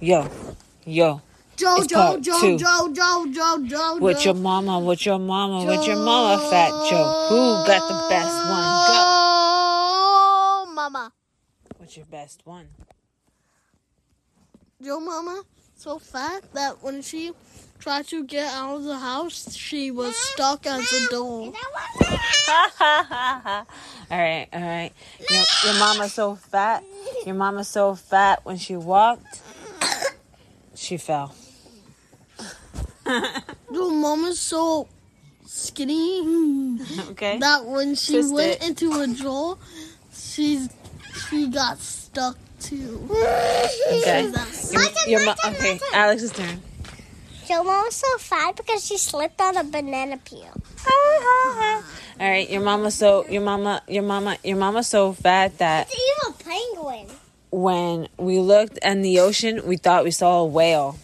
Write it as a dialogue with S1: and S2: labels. S1: Yo, yo.
S2: Joe,
S1: It's
S2: Joe,
S1: part
S2: Joe,
S1: two.
S2: Joe, Joe, Joe, Joe,
S1: With
S2: Joe.
S1: your mama, with your mama, with your mama, Fat Joe. Who got the best one? Go.
S2: Joe, Oh, mama.
S1: What's your best one?
S2: Joe, mama, so fat that when she tried to get out of the house, she was stuck as a doll.
S1: all right, all right. Your, your mama so fat. Your mama so fat. When she walked, she fell.
S2: Joe, mama's so skinny
S1: Okay.
S2: that when she
S1: Twist
S2: went
S1: it.
S2: into a drawer, she's she got stuck too.
S1: Okay.
S2: She's
S1: Your,
S2: a-
S1: your mo- okay, Alex's turn.
S3: Your mom was so fat because she slipped on a banana peel.
S1: All right, your mama so your mama your mama your mama so fat that
S3: Evil penguin.
S1: when we looked in the ocean, we thought we saw a whale.